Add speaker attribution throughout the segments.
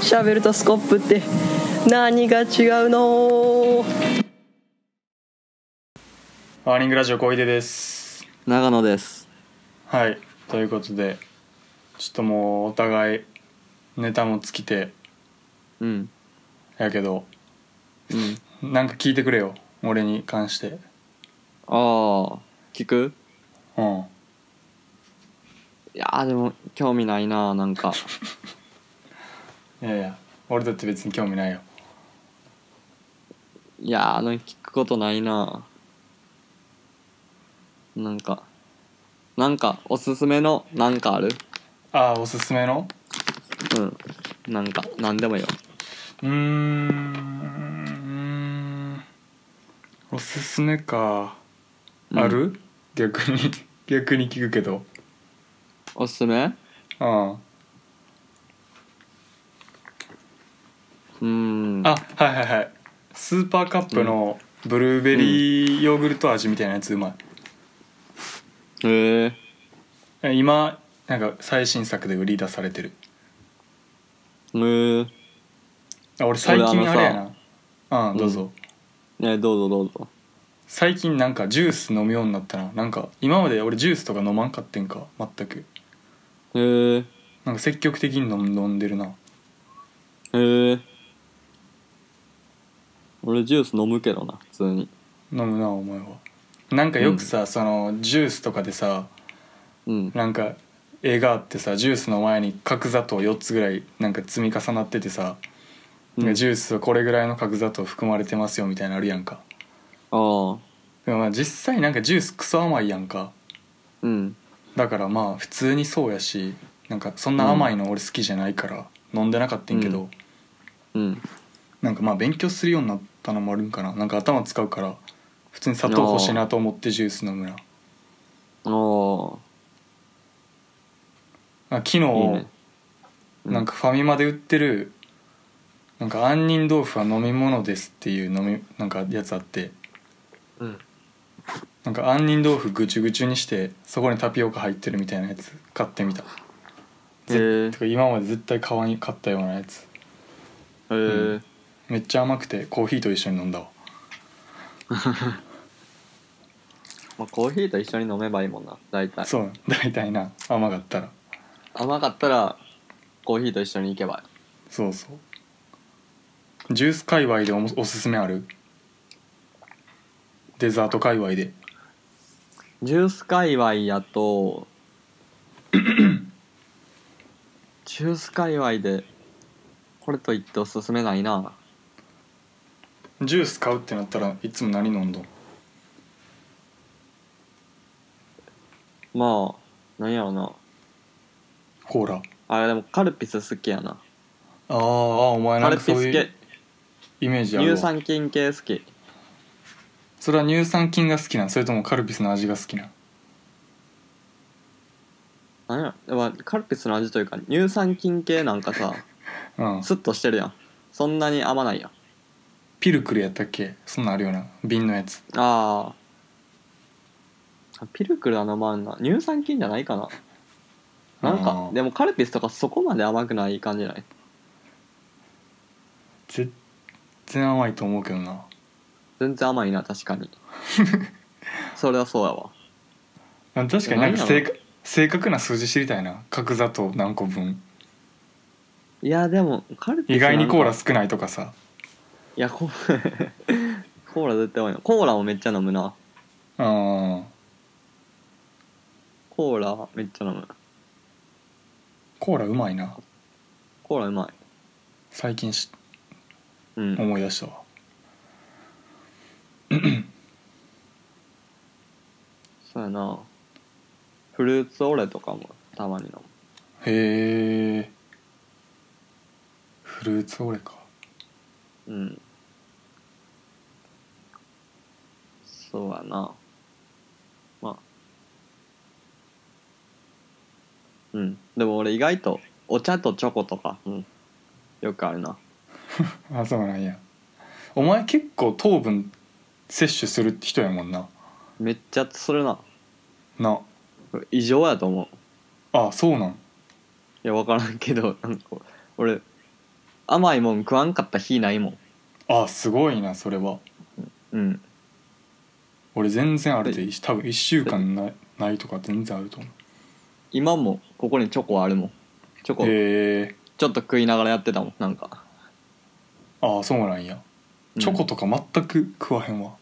Speaker 1: シャベルとスコップって何が違うの
Speaker 2: ワーニングラジオ小出です
Speaker 3: 長野です
Speaker 2: はいということでちょっともうお互いネタも尽きて
Speaker 3: うん
Speaker 2: やけど
Speaker 3: うん
Speaker 2: なんか聞いてくれよ俺に関して
Speaker 3: ああ聞く
Speaker 2: うん
Speaker 3: いやーでも興味ないななんか
Speaker 2: いやいや俺だって別に興味ないよ
Speaker 3: いやーなんか聞くことないななんかなんかおすすめのなんかある
Speaker 2: ああおすすめの
Speaker 3: うんなんかなんでもよ
Speaker 2: うーんうーんおすすめか、
Speaker 3: うん
Speaker 2: ある逆に 逆に聞くけど
Speaker 3: おすすめ
Speaker 2: うん
Speaker 3: うーん
Speaker 2: あはいはいはいスーパーカップのブルーベリーヨーグルト味みたいなやつうまい
Speaker 3: へえ
Speaker 2: え今なんか最新作で売り出されてる
Speaker 3: へえ
Speaker 2: あ俺最近
Speaker 3: 俺
Speaker 2: あ
Speaker 3: あのさ
Speaker 2: れやなうんどうぞ、
Speaker 3: うねどうぞどうぞ
Speaker 2: 最近なんかジュース飲むようになったななんか今まで俺ジュースとか飲まんかってんか全く
Speaker 3: へえ
Speaker 2: なんか積極的に飲ん飲んでるな
Speaker 3: へえ俺ジュース飲むけどな普通に
Speaker 2: 飲むなお前はなんかよくさ、そのジュースとかでさ
Speaker 3: うん
Speaker 2: なんか絵があってさジュースの前に角砂糖4つぐらいなんか積み重なっててさ、
Speaker 3: うん
Speaker 2: ジュースはこれぐらいの角砂糖含まれてますよみたいなのあるやんか
Speaker 3: ああ
Speaker 2: でもまあ実際なんかジュースクソ甘いやんか
Speaker 3: うん
Speaker 2: だからまあ普通にそうやしなんかそんな甘いの俺好きじゃないから飲んでなかったんけど、
Speaker 3: ううん
Speaker 2: なんかまあ勉強するようになったのもあるんかななんか頭使うから普通に砂糖欲しいなと思ってジュース飲むな
Speaker 3: あ
Speaker 2: あ昨
Speaker 3: あい
Speaker 2: 日
Speaker 3: いねうん
Speaker 2: なんかファミマで売ってるなんか杏仁豆腐は飲み物ですっていう飲みなんかやつあって
Speaker 3: うん
Speaker 2: なんか杏仁豆腐ぐちゅぐちゅにしてそこにタピオカ入ってるみたいなやつ買ってみた
Speaker 3: へえ
Speaker 2: てか今まで絶対買わん買ったようなやつ
Speaker 3: へえ
Speaker 2: めっちゃ甘くてコーヒーと一緒に飲んだわ
Speaker 3: まあコーヒーと一緒に飲めばいいもんな大体
Speaker 2: そう大体な甘かったら
Speaker 3: 甘かったらコーヒーと一緒に行けば
Speaker 2: そうそうジュース界隈でおもおすすめあるデザート界隈で
Speaker 3: ジュース界隈や とジュース界隈でこれといっておすすめないな
Speaker 2: ジュース買うってなったらいつも何飲んどん
Speaker 3: まあなんやろな
Speaker 2: コーラ
Speaker 3: あれでもカルピス好きやな
Speaker 2: あーあーお前な
Speaker 3: カル
Speaker 2: んかそ
Speaker 3: ピ
Speaker 2: う
Speaker 3: ス
Speaker 2: いう
Speaker 3: 系
Speaker 2: イメージあるわ
Speaker 3: 乳酸菌系好き
Speaker 2: それは乳酸菌が好きなんそれともカルピスの味が好きなん
Speaker 3: なんやでもカルピスの味というか乳酸菌系なんか さ
Speaker 2: うん
Speaker 3: スッとしてるやんそんなに甘ないやん
Speaker 2: ピルクルやったっけそんなんあるよな瓶のやつ
Speaker 3: ああピルクルは飲まんな乳酸菌じゃないかななん
Speaker 2: あ
Speaker 3: か
Speaker 2: ー
Speaker 3: でもカルピスとかそこまで甘くない感じない
Speaker 2: 全然甘いと思うけどな
Speaker 3: 全然甘いな確か にそれはそうやわ
Speaker 2: あ確かになんか
Speaker 3: いや
Speaker 2: 正確正確な数字知りたいな角砂糖何個分
Speaker 3: いやでもカルピス
Speaker 2: 意外にコー
Speaker 3: な
Speaker 2: ラ
Speaker 3: んか
Speaker 2: 少ないとかさ
Speaker 3: いやコー コーラ絶対多いなコーラもめっちゃ飲むな
Speaker 2: うん
Speaker 3: コーラめっちゃ飲む
Speaker 2: コーラうまいな
Speaker 3: コーラうま
Speaker 2: 最近し
Speaker 3: いうん
Speaker 2: 思い出したわ
Speaker 3: そうやなフルーツオレとかもたまに飲む
Speaker 2: へえフルーツオレか
Speaker 3: うんそうやなまあうんでも俺意外とお茶とチョコとか、うん、よくあるな
Speaker 2: あそうなんやお前結構糖分摂取する人やもんな
Speaker 3: めっちゃするな
Speaker 2: な
Speaker 3: 異常やと思う
Speaker 2: あそうなん
Speaker 3: いや分からんけどなんか俺甘いもん食わんかった日ないもん
Speaker 2: あすごいなそれは
Speaker 3: うん
Speaker 2: 俺全然あるで多分1週間ないないとか全然あると思
Speaker 3: 今もここにチョコあるもんチョコ
Speaker 2: うへえ
Speaker 3: ちょっと食いながらやってたもんなんか、
Speaker 2: ああそうなんや
Speaker 3: うん
Speaker 2: チョコとか全く食わへんわ、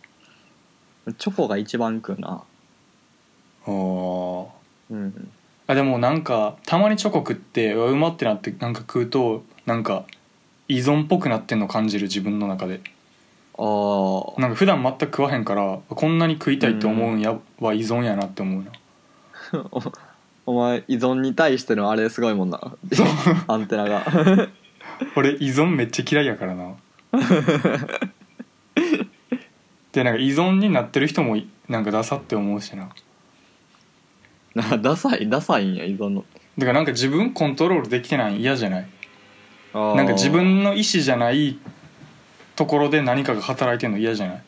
Speaker 3: チョコが一番食うな
Speaker 2: ああ
Speaker 3: うん
Speaker 2: あでもなんかたまにチョコ食ってうわうまってなってなんか食うとなんか依存っぽくなってんの感じる自分の中で
Speaker 3: あー
Speaker 2: なんか普段全く食わへんからこんなに食いたいって思うんやは依存やなって思うな
Speaker 3: お前依存に対してのあれすごいもんな アンテナが
Speaker 2: 俺依存めっちゃ嫌いやからなでなんか依存になってる人もいなんかダサって思うしな
Speaker 3: なダサいダサいんや依存の
Speaker 2: だからなんか自分コントロールできてないん嫌じゃない
Speaker 3: あー
Speaker 2: なんか自分の意思じゃないところで何かが働いてんの嫌じゃない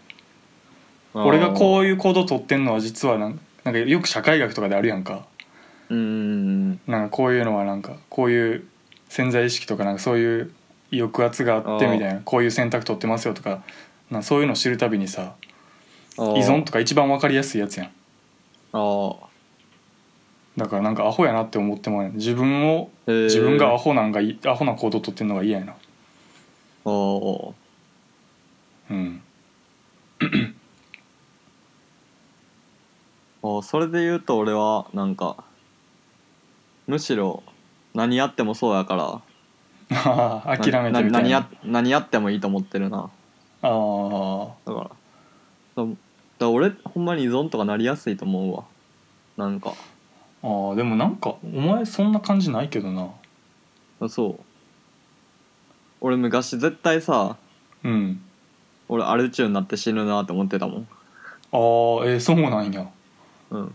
Speaker 2: 俺がこういう行動取ってんのは実はなんなんかよく社会学とかであるやんか
Speaker 3: ううん
Speaker 2: なんかこういうのはなんかこういう潜在意識とかなんかそういう抑圧があって
Speaker 3: あー
Speaker 2: みたいなこういう選択取ってますよとかなんかそういうの知るたびにさ
Speaker 3: 依
Speaker 2: 依存とか一番分かりやすいやつやん
Speaker 3: あ
Speaker 2: だからなんかアホやなって思ってもらえん自分を
Speaker 3: あへー
Speaker 2: 自分がアホなんかいアホな行動取ってんのが嫌やな
Speaker 3: あー
Speaker 2: うん
Speaker 3: あーそれで言うと俺はなんかむしろ何やってもそうやから
Speaker 2: あー諦め
Speaker 3: な
Speaker 2: てみ
Speaker 3: な
Speaker 2: た
Speaker 3: 何
Speaker 2: いな
Speaker 3: や何やってもいいと思ってるな
Speaker 2: あー
Speaker 3: だからだだから俺ほんまに依存とかなりやすいと思うわなんか
Speaker 2: あーでもなんかお前そんな感じないけどな
Speaker 3: あそう俺昔絶対さ
Speaker 2: うん
Speaker 3: 俺アル中になって死ぬなって思ってたもん
Speaker 2: ああえー、そうなんや
Speaker 3: うん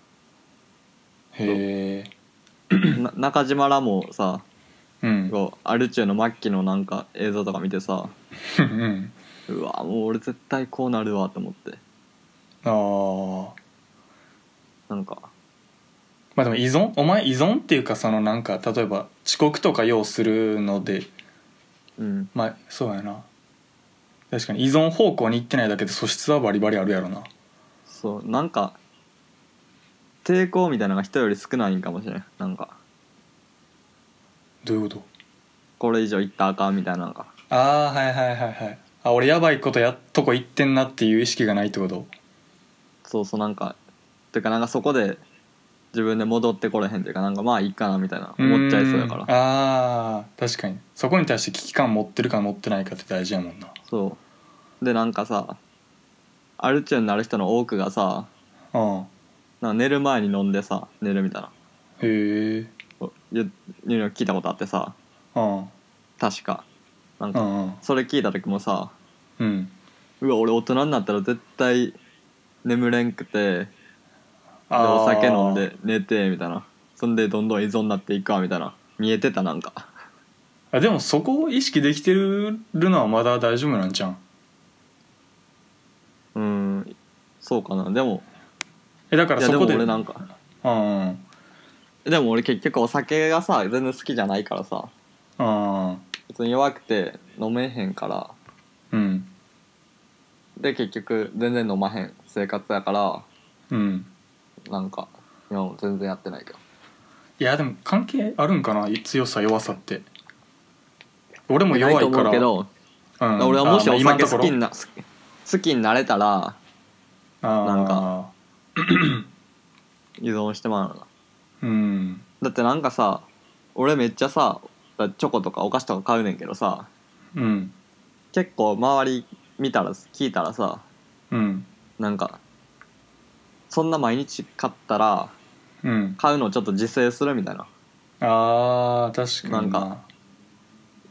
Speaker 2: へえ
Speaker 3: な中島らもさ
Speaker 2: うん
Speaker 3: こうアル中の末期のなんか映像とか見てさ
Speaker 2: うん
Speaker 3: うわもう俺絶対こうなるわと思って
Speaker 2: ああ
Speaker 3: なんか
Speaker 2: まあでも依存お前依存っていうかそのなんか例えば遅刻とか要するので
Speaker 3: うん
Speaker 2: まあそうやな確かに依存方向に行ってないだけで素質はバリバリあるやろな
Speaker 3: そうなんか抵抗みたいなのが人より少ないんかもしれんなんか
Speaker 2: どういうこと
Speaker 3: これ以上いったらあかんみたいなのが
Speaker 2: ああはいはいはいはいあ俺やばいことやっとこ行ってんなっていう意識がないってこと
Speaker 3: そうそうなんかてかなんかそこで自分で戻ってこれへんっていうかなんかまあいいかなみたいな思っちゃいそうやから
Speaker 2: んああ確かにそこに対して危機感持ってるか持ってないかって大事やもんな
Speaker 3: そうでなんかさアルチューになる人の多くがさ
Speaker 2: うん
Speaker 3: なんか寝る前に飲んでさ寝るみたいな
Speaker 2: へえ
Speaker 3: こう言ういうの聞いたことあってさ
Speaker 2: うんうん
Speaker 3: 確かなん
Speaker 2: う
Speaker 3: か
Speaker 2: ん
Speaker 3: それ聞いた時もさ
Speaker 2: うん
Speaker 3: うわ俺大人になったら絶対眠れんくてで
Speaker 2: あー
Speaker 3: お酒飲んで寝てみたいなそんでどんどん依存になっていくわみたいな見えてたなんか
Speaker 2: あでもそこを意識できてるのはまだ大丈夫なんじゃん
Speaker 3: うんそうかなでも
Speaker 2: えだか
Speaker 3: い
Speaker 2: ら
Speaker 3: や
Speaker 2: そ
Speaker 3: でも
Speaker 2: こで
Speaker 3: 俺なんか
Speaker 2: うんうん
Speaker 3: でも俺結局お酒がさ全然好きじゃないからさ
Speaker 2: うん
Speaker 3: 別に弱くて飲めへんから
Speaker 2: うん
Speaker 3: で結局全然飲まへん生活やから
Speaker 2: うん
Speaker 3: なんか今も全然やってないけど
Speaker 2: いやでも関係あるんかな強さ弱さって俺も弱い
Speaker 3: なと
Speaker 2: か
Speaker 3: 思
Speaker 2: ら
Speaker 3: うけど、
Speaker 2: うん
Speaker 3: 俺はもし
Speaker 2: あまあ
Speaker 3: お
Speaker 2: 今の
Speaker 3: 酒
Speaker 2: とこ
Speaker 3: 好
Speaker 2: ろ
Speaker 3: きにな好き好きになれたら
Speaker 2: あー
Speaker 3: なんか依存してまうのな
Speaker 2: うん
Speaker 3: だってなんかさ俺めっちゃさチョコとかお菓子とか買うねんけどさ
Speaker 2: うん
Speaker 3: 結構周り見たら聞いたらさ
Speaker 2: うん
Speaker 3: なんかそんな毎日買ったら
Speaker 2: うん
Speaker 3: 買うのをちょっと自制するみたいな
Speaker 2: あー確かに
Speaker 3: なんか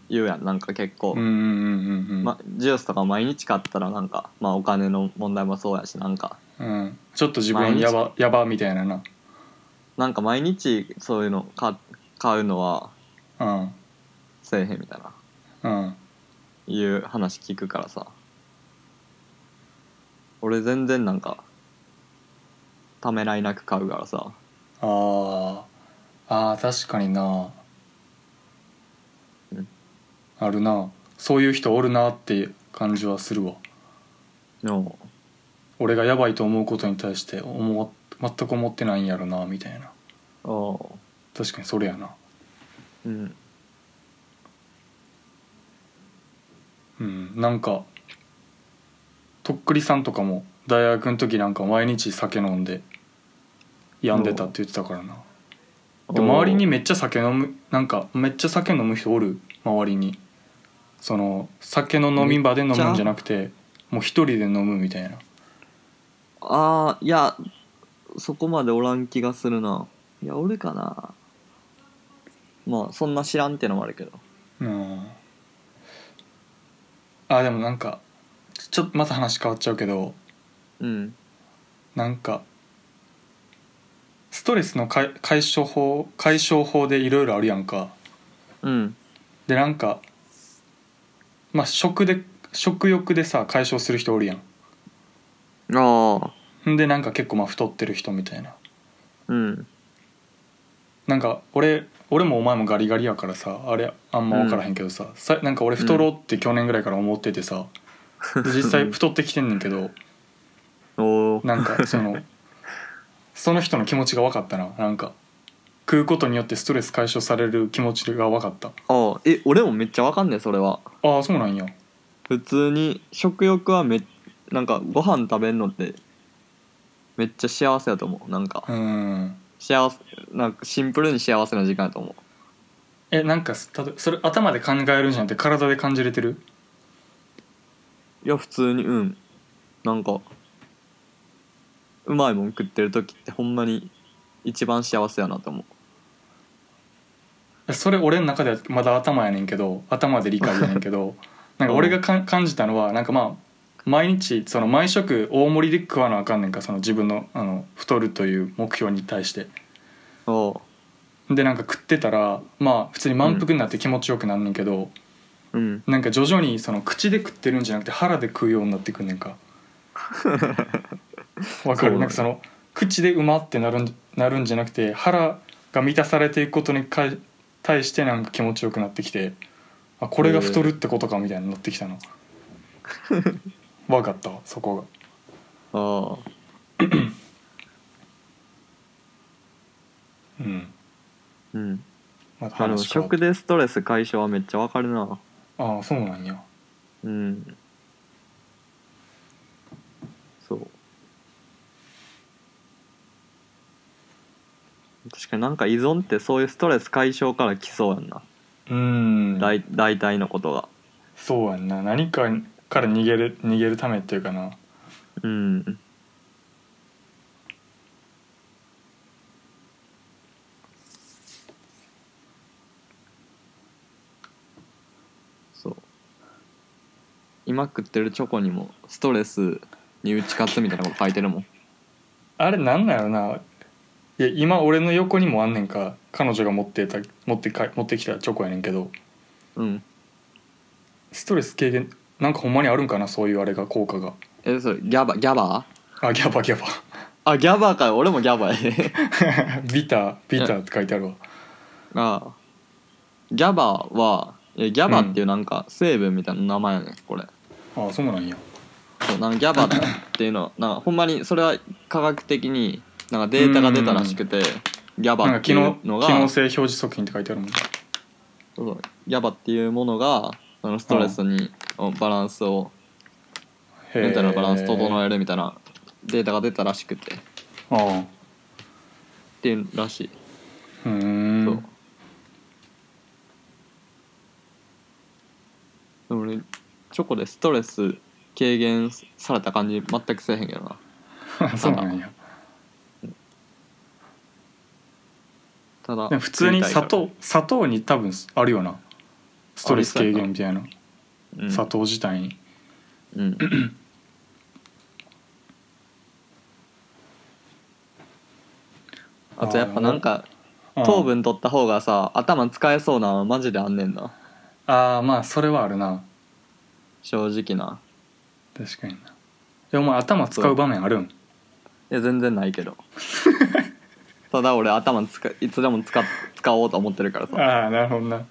Speaker 3: 言うやんなんか結構、
Speaker 2: うんうんうんうん、
Speaker 3: ま、ジュースとか毎日買ったらなんか、まあ、お金の問題もそうやしなんか
Speaker 2: うん、ちょっと自分やばやばみたいなな
Speaker 3: なんか毎日そういうのか買うのは
Speaker 2: うん
Speaker 3: せえへんみたいな
Speaker 2: うん
Speaker 3: いう話聞くからさ俺全然なんかためらいなく買うからさ
Speaker 2: あーあー確かにな、
Speaker 3: うん
Speaker 2: あるなそういう人おるなっていう感じはするわ
Speaker 3: の
Speaker 2: 俺がやばいと思うことに対して思わ全く思ってないんやろなみたいな
Speaker 3: ああ
Speaker 2: 確かにそれやな
Speaker 3: うん
Speaker 2: うんなんかとっくりさんとかも大学の時なんか毎日酒飲んで病んでたって言ってたからなで周りにめっちゃ酒飲むなんかめっちゃ酒飲む人おる周りにその酒の飲み場で飲むんじゃなくてもう一人で飲むみたいな
Speaker 3: ああいやそこまでおらん気がするないやおるかなまあそんな知らんってのもあるけど
Speaker 2: うんあでもなんかちょっとまた話変わっちゃうけど
Speaker 3: うん
Speaker 2: なんかストレスの解解消法解消法でいろいろあるやんか
Speaker 3: うん
Speaker 2: でなんかまあ食で食欲でさ解消する人おるやん
Speaker 3: ああ
Speaker 2: んでなんか結構まあ太ってる人みたいな
Speaker 3: うん
Speaker 2: なんか俺俺もお前もガリガリやからさあれあんま分からへんけどさ,、さなんか俺太ろうって去年ぐらいから思ってて さ、で実際太ってきてんねんけど
Speaker 3: おお
Speaker 2: なんかそ のその人の気持ちが分かったななんか食うことによってストレス解消される気持ちが分かった
Speaker 3: ああえ俺もめっちゃわかんねえそれは
Speaker 2: ああそうなんや
Speaker 3: 普通に食欲はめなんかご飯食べんのってめっちゃ幸せだと思うなんか
Speaker 2: うん
Speaker 3: 幸せなんかシンプルに幸せな時間だと思
Speaker 2: えなんかすたとそれ頭で考えるんじゃなくて体で感じれてる
Speaker 3: ういや普通にうんなんかうまいもん食ってる時ってほんまに一番幸せやなと思う
Speaker 2: えそれ俺の中ではまだ頭やねんけど頭で理解やねんけどなんか俺がか感じたのはなんかまあ毎日その毎食大盛りで食わなあかんねんかその自分のあの太るという目標に対して
Speaker 3: おう
Speaker 2: でなんか食ってたらまあ普通に満腹になって気持ちよくなんねんけど、
Speaker 3: うん
Speaker 2: なんか徐々にその口で食ってるんじゃなくて腹で食うようになってくんねん か
Speaker 3: そうな
Speaker 2: わか
Speaker 3: んや
Speaker 2: るなんかその口でうまってなるんなるんじゃなくて腹が満たされていくことにかい対してなんか気持ちよくなってきてあこれが太るってことかみたいになってきた のわかったわそこが
Speaker 3: ああ
Speaker 2: うん
Speaker 3: うん
Speaker 2: また
Speaker 3: あの
Speaker 2: 話変わっ
Speaker 3: 食でストレス解消はめっちゃわかるな
Speaker 2: ああそうなんや
Speaker 3: うんそう確かになんか依存ってそういうストレス解消から来そうやんな、
Speaker 2: うん
Speaker 3: だい大体のことが
Speaker 2: そうやんな何かから逃げる逃げるためっていうかな
Speaker 3: うんそう今食ってるチョコにもストレスに打ち勝つみたいなこと書いてるもん
Speaker 2: あれなんなんやろないや今俺の横にもあんねんか彼女が持ってた持ってか持ってきたチョコやねんけど
Speaker 3: うん
Speaker 2: ストレス軽減なんかほんまにあるんかなそういうあれが効果が
Speaker 3: えそれギャバギャバ
Speaker 2: あギャバギャバ
Speaker 3: あギャバか俺もギャバやね
Speaker 2: ビタービターって書いてあるわ
Speaker 3: ああギャバはえギャバっていうなんか成分みたいな名前やねんこれ
Speaker 2: あそうなんや
Speaker 3: そうなんかギャバっていうのはなんかほんまにそれは科学的になんかデータが出たらしくてギャ
Speaker 2: なん
Speaker 3: バっ
Speaker 2: か
Speaker 3: て
Speaker 2: 機
Speaker 3: いう
Speaker 2: 能
Speaker 3: の
Speaker 2: 機能
Speaker 3: が
Speaker 2: 性表示食品って書いてあるもん
Speaker 3: そうギャバっていうものがそのストレスにバランスをメンタルのバランス整
Speaker 2: え
Speaker 3: えるみたいなデータが出たらしくてっ
Speaker 2: ああ
Speaker 3: ていうらしい、
Speaker 2: う
Speaker 3: そ
Speaker 2: ー
Speaker 3: うんでも俺チョコでストレス軽減された感じ全くせえへんけどな
Speaker 2: そうなんや
Speaker 3: ただ
Speaker 2: でも普通に砂
Speaker 3: 食い
Speaker 2: 糖砂糖に多分あるよなストレス軽減みたいな
Speaker 3: たいから
Speaker 2: 砂糖自体に
Speaker 3: うん、あとやっぱなんか
Speaker 2: うん
Speaker 3: 糖分取った方がさ頭使えそうなのマジであんねんな
Speaker 2: ああまあそれはあるな
Speaker 3: 正直な
Speaker 2: 確かになえお前頭使う場面あるん
Speaker 3: いや全然ないけ どただ俺頭使いつでも使っ使おうと思ってるからさ
Speaker 2: ああなるほどな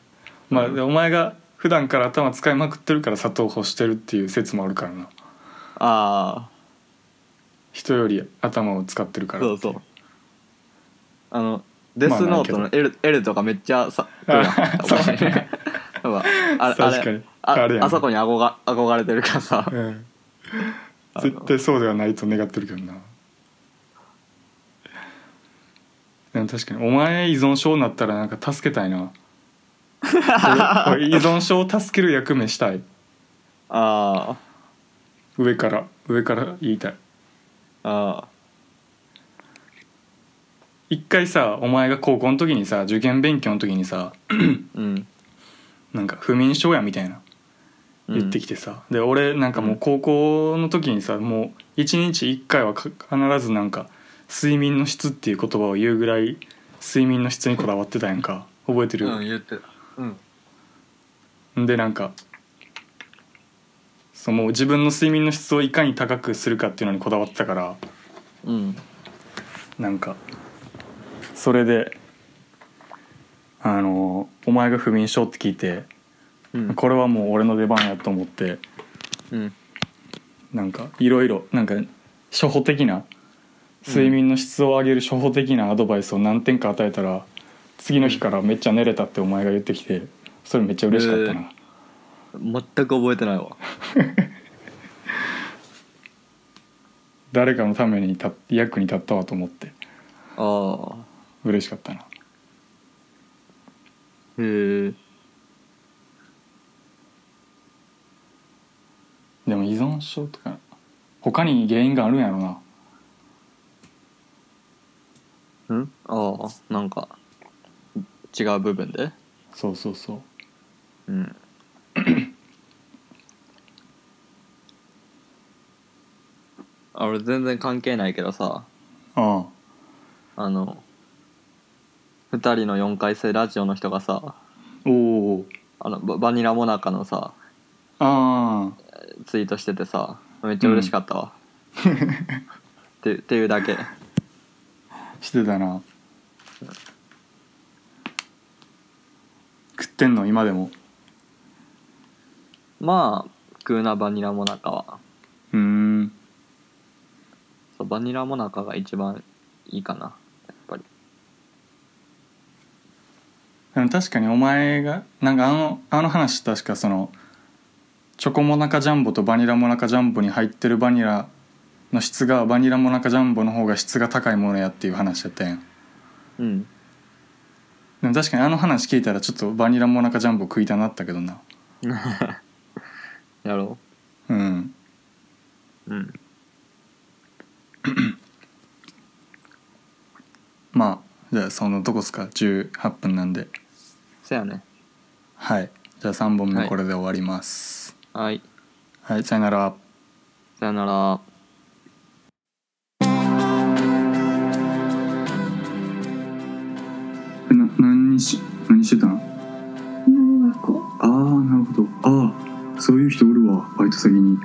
Speaker 2: まあ、
Speaker 3: うん
Speaker 2: でお前がふ普段から頭使いまくってるから砂糖欲してるっていう説もあるからな
Speaker 3: あ
Speaker 2: 人より頭を使ってるか
Speaker 3: あ
Speaker 2: ら
Speaker 3: そうそうあのデスノート
Speaker 2: まあな
Speaker 3: の
Speaker 2: い
Speaker 3: L, L とかめっちゃさ
Speaker 2: あーそ うね
Speaker 3: やっぱあれ
Speaker 2: 確かに
Speaker 3: あれ
Speaker 2: あれやん
Speaker 3: あそこに憧が憧れてるからさ
Speaker 2: うん
Speaker 3: あの
Speaker 2: 絶対そうではないと願ってるけどなでも確かにお前依存症になったらなんか助けた いな俺俺依存症を助ける役目したい
Speaker 3: あ
Speaker 2: 上から上から言いたい
Speaker 3: ああ
Speaker 2: 一回さお前が高校の時にさ受験勉強の時にさ
Speaker 3: ーうん
Speaker 2: なんか不眠症やみたいな
Speaker 3: うん
Speaker 2: 言ってきてさ、で俺なんかもう高校の時にさもう1日1回はか必ずなんか睡眠の質っていう言葉を言うぐらい睡眠の質にこだわってたやんか覚えてる、
Speaker 3: 言ってたうん
Speaker 2: でなんかそのもう自分の睡眠の質をいかに高くするかっていうのにこだわってたから
Speaker 3: うん
Speaker 2: なんかそれであのお前が不眠症って聞いて
Speaker 3: うん
Speaker 2: これはもう俺の出番やと思って
Speaker 3: うん
Speaker 2: なんかいろいろなんか初歩的な睡眠の質を上げる初歩的なアドバイスを何点か与えたら次の日からめっちゃ寝れたってお前が言ってきてそれめっちゃ嬉しかったな、
Speaker 3: 全く覚えてないわ
Speaker 2: 誰かのために立っ役に立ったわと思って
Speaker 3: ああ
Speaker 2: 嬉しかったな
Speaker 3: へえ
Speaker 2: でも依存症とか他に原因があるんやろな
Speaker 3: うんああなんか違う部分で
Speaker 2: そうそうそ
Speaker 3: う
Speaker 2: う
Speaker 3: んあ俺全然関係ないけどさ
Speaker 2: あ
Speaker 3: あの2人の4回生ラジオの人がさ
Speaker 2: あおお
Speaker 3: あのババニラモナカのさ
Speaker 2: ああ
Speaker 3: ツイートしててさめっちゃ嬉しかったわ、ってっていうだけ
Speaker 2: してたな食ってんの今でも
Speaker 3: まあ食うなバニラモナカは
Speaker 2: うーん
Speaker 3: そうバニラモナカが一番いいかなやっぱり
Speaker 2: でも確かにお前がなんかあのあの話確かそのチョコモナカジャンボとバニラモナカジャンボに入ってるバニラの質がバニラモナカジャンボの方が質が高いものやっていう話やったやん
Speaker 3: うん
Speaker 2: でも確かにあの話聞いたらちょっとバニラモナカジャンボ食いたなったけどな
Speaker 3: やろ
Speaker 2: うん
Speaker 3: ううん
Speaker 2: まあじゃあそのどこっすか18分なんで
Speaker 3: せやね
Speaker 2: はいじゃあ3本
Speaker 3: は
Speaker 2: 目
Speaker 3: い
Speaker 2: これで終わります
Speaker 3: はい
Speaker 2: はい、さよなら
Speaker 3: さよなら
Speaker 2: な何し何してたん
Speaker 4: 日本学校
Speaker 2: ああなるほどああそういう人おるわバイト先に日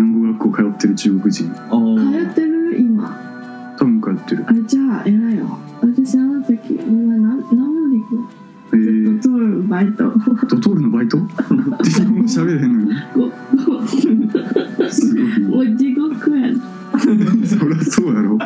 Speaker 2: 本語学校通ってる中国人
Speaker 3: あ
Speaker 4: 通ってる今
Speaker 2: 多分通ってる
Speaker 4: あじゃあ偉いよ私あの時お前何何もできな
Speaker 2: え
Speaker 4: いドトールバイト
Speaker 2: ドトールのバイト日本語喋れへんのにすごい
Speaker 4: お地獄や
Speaker 2: なそりゃそうやろ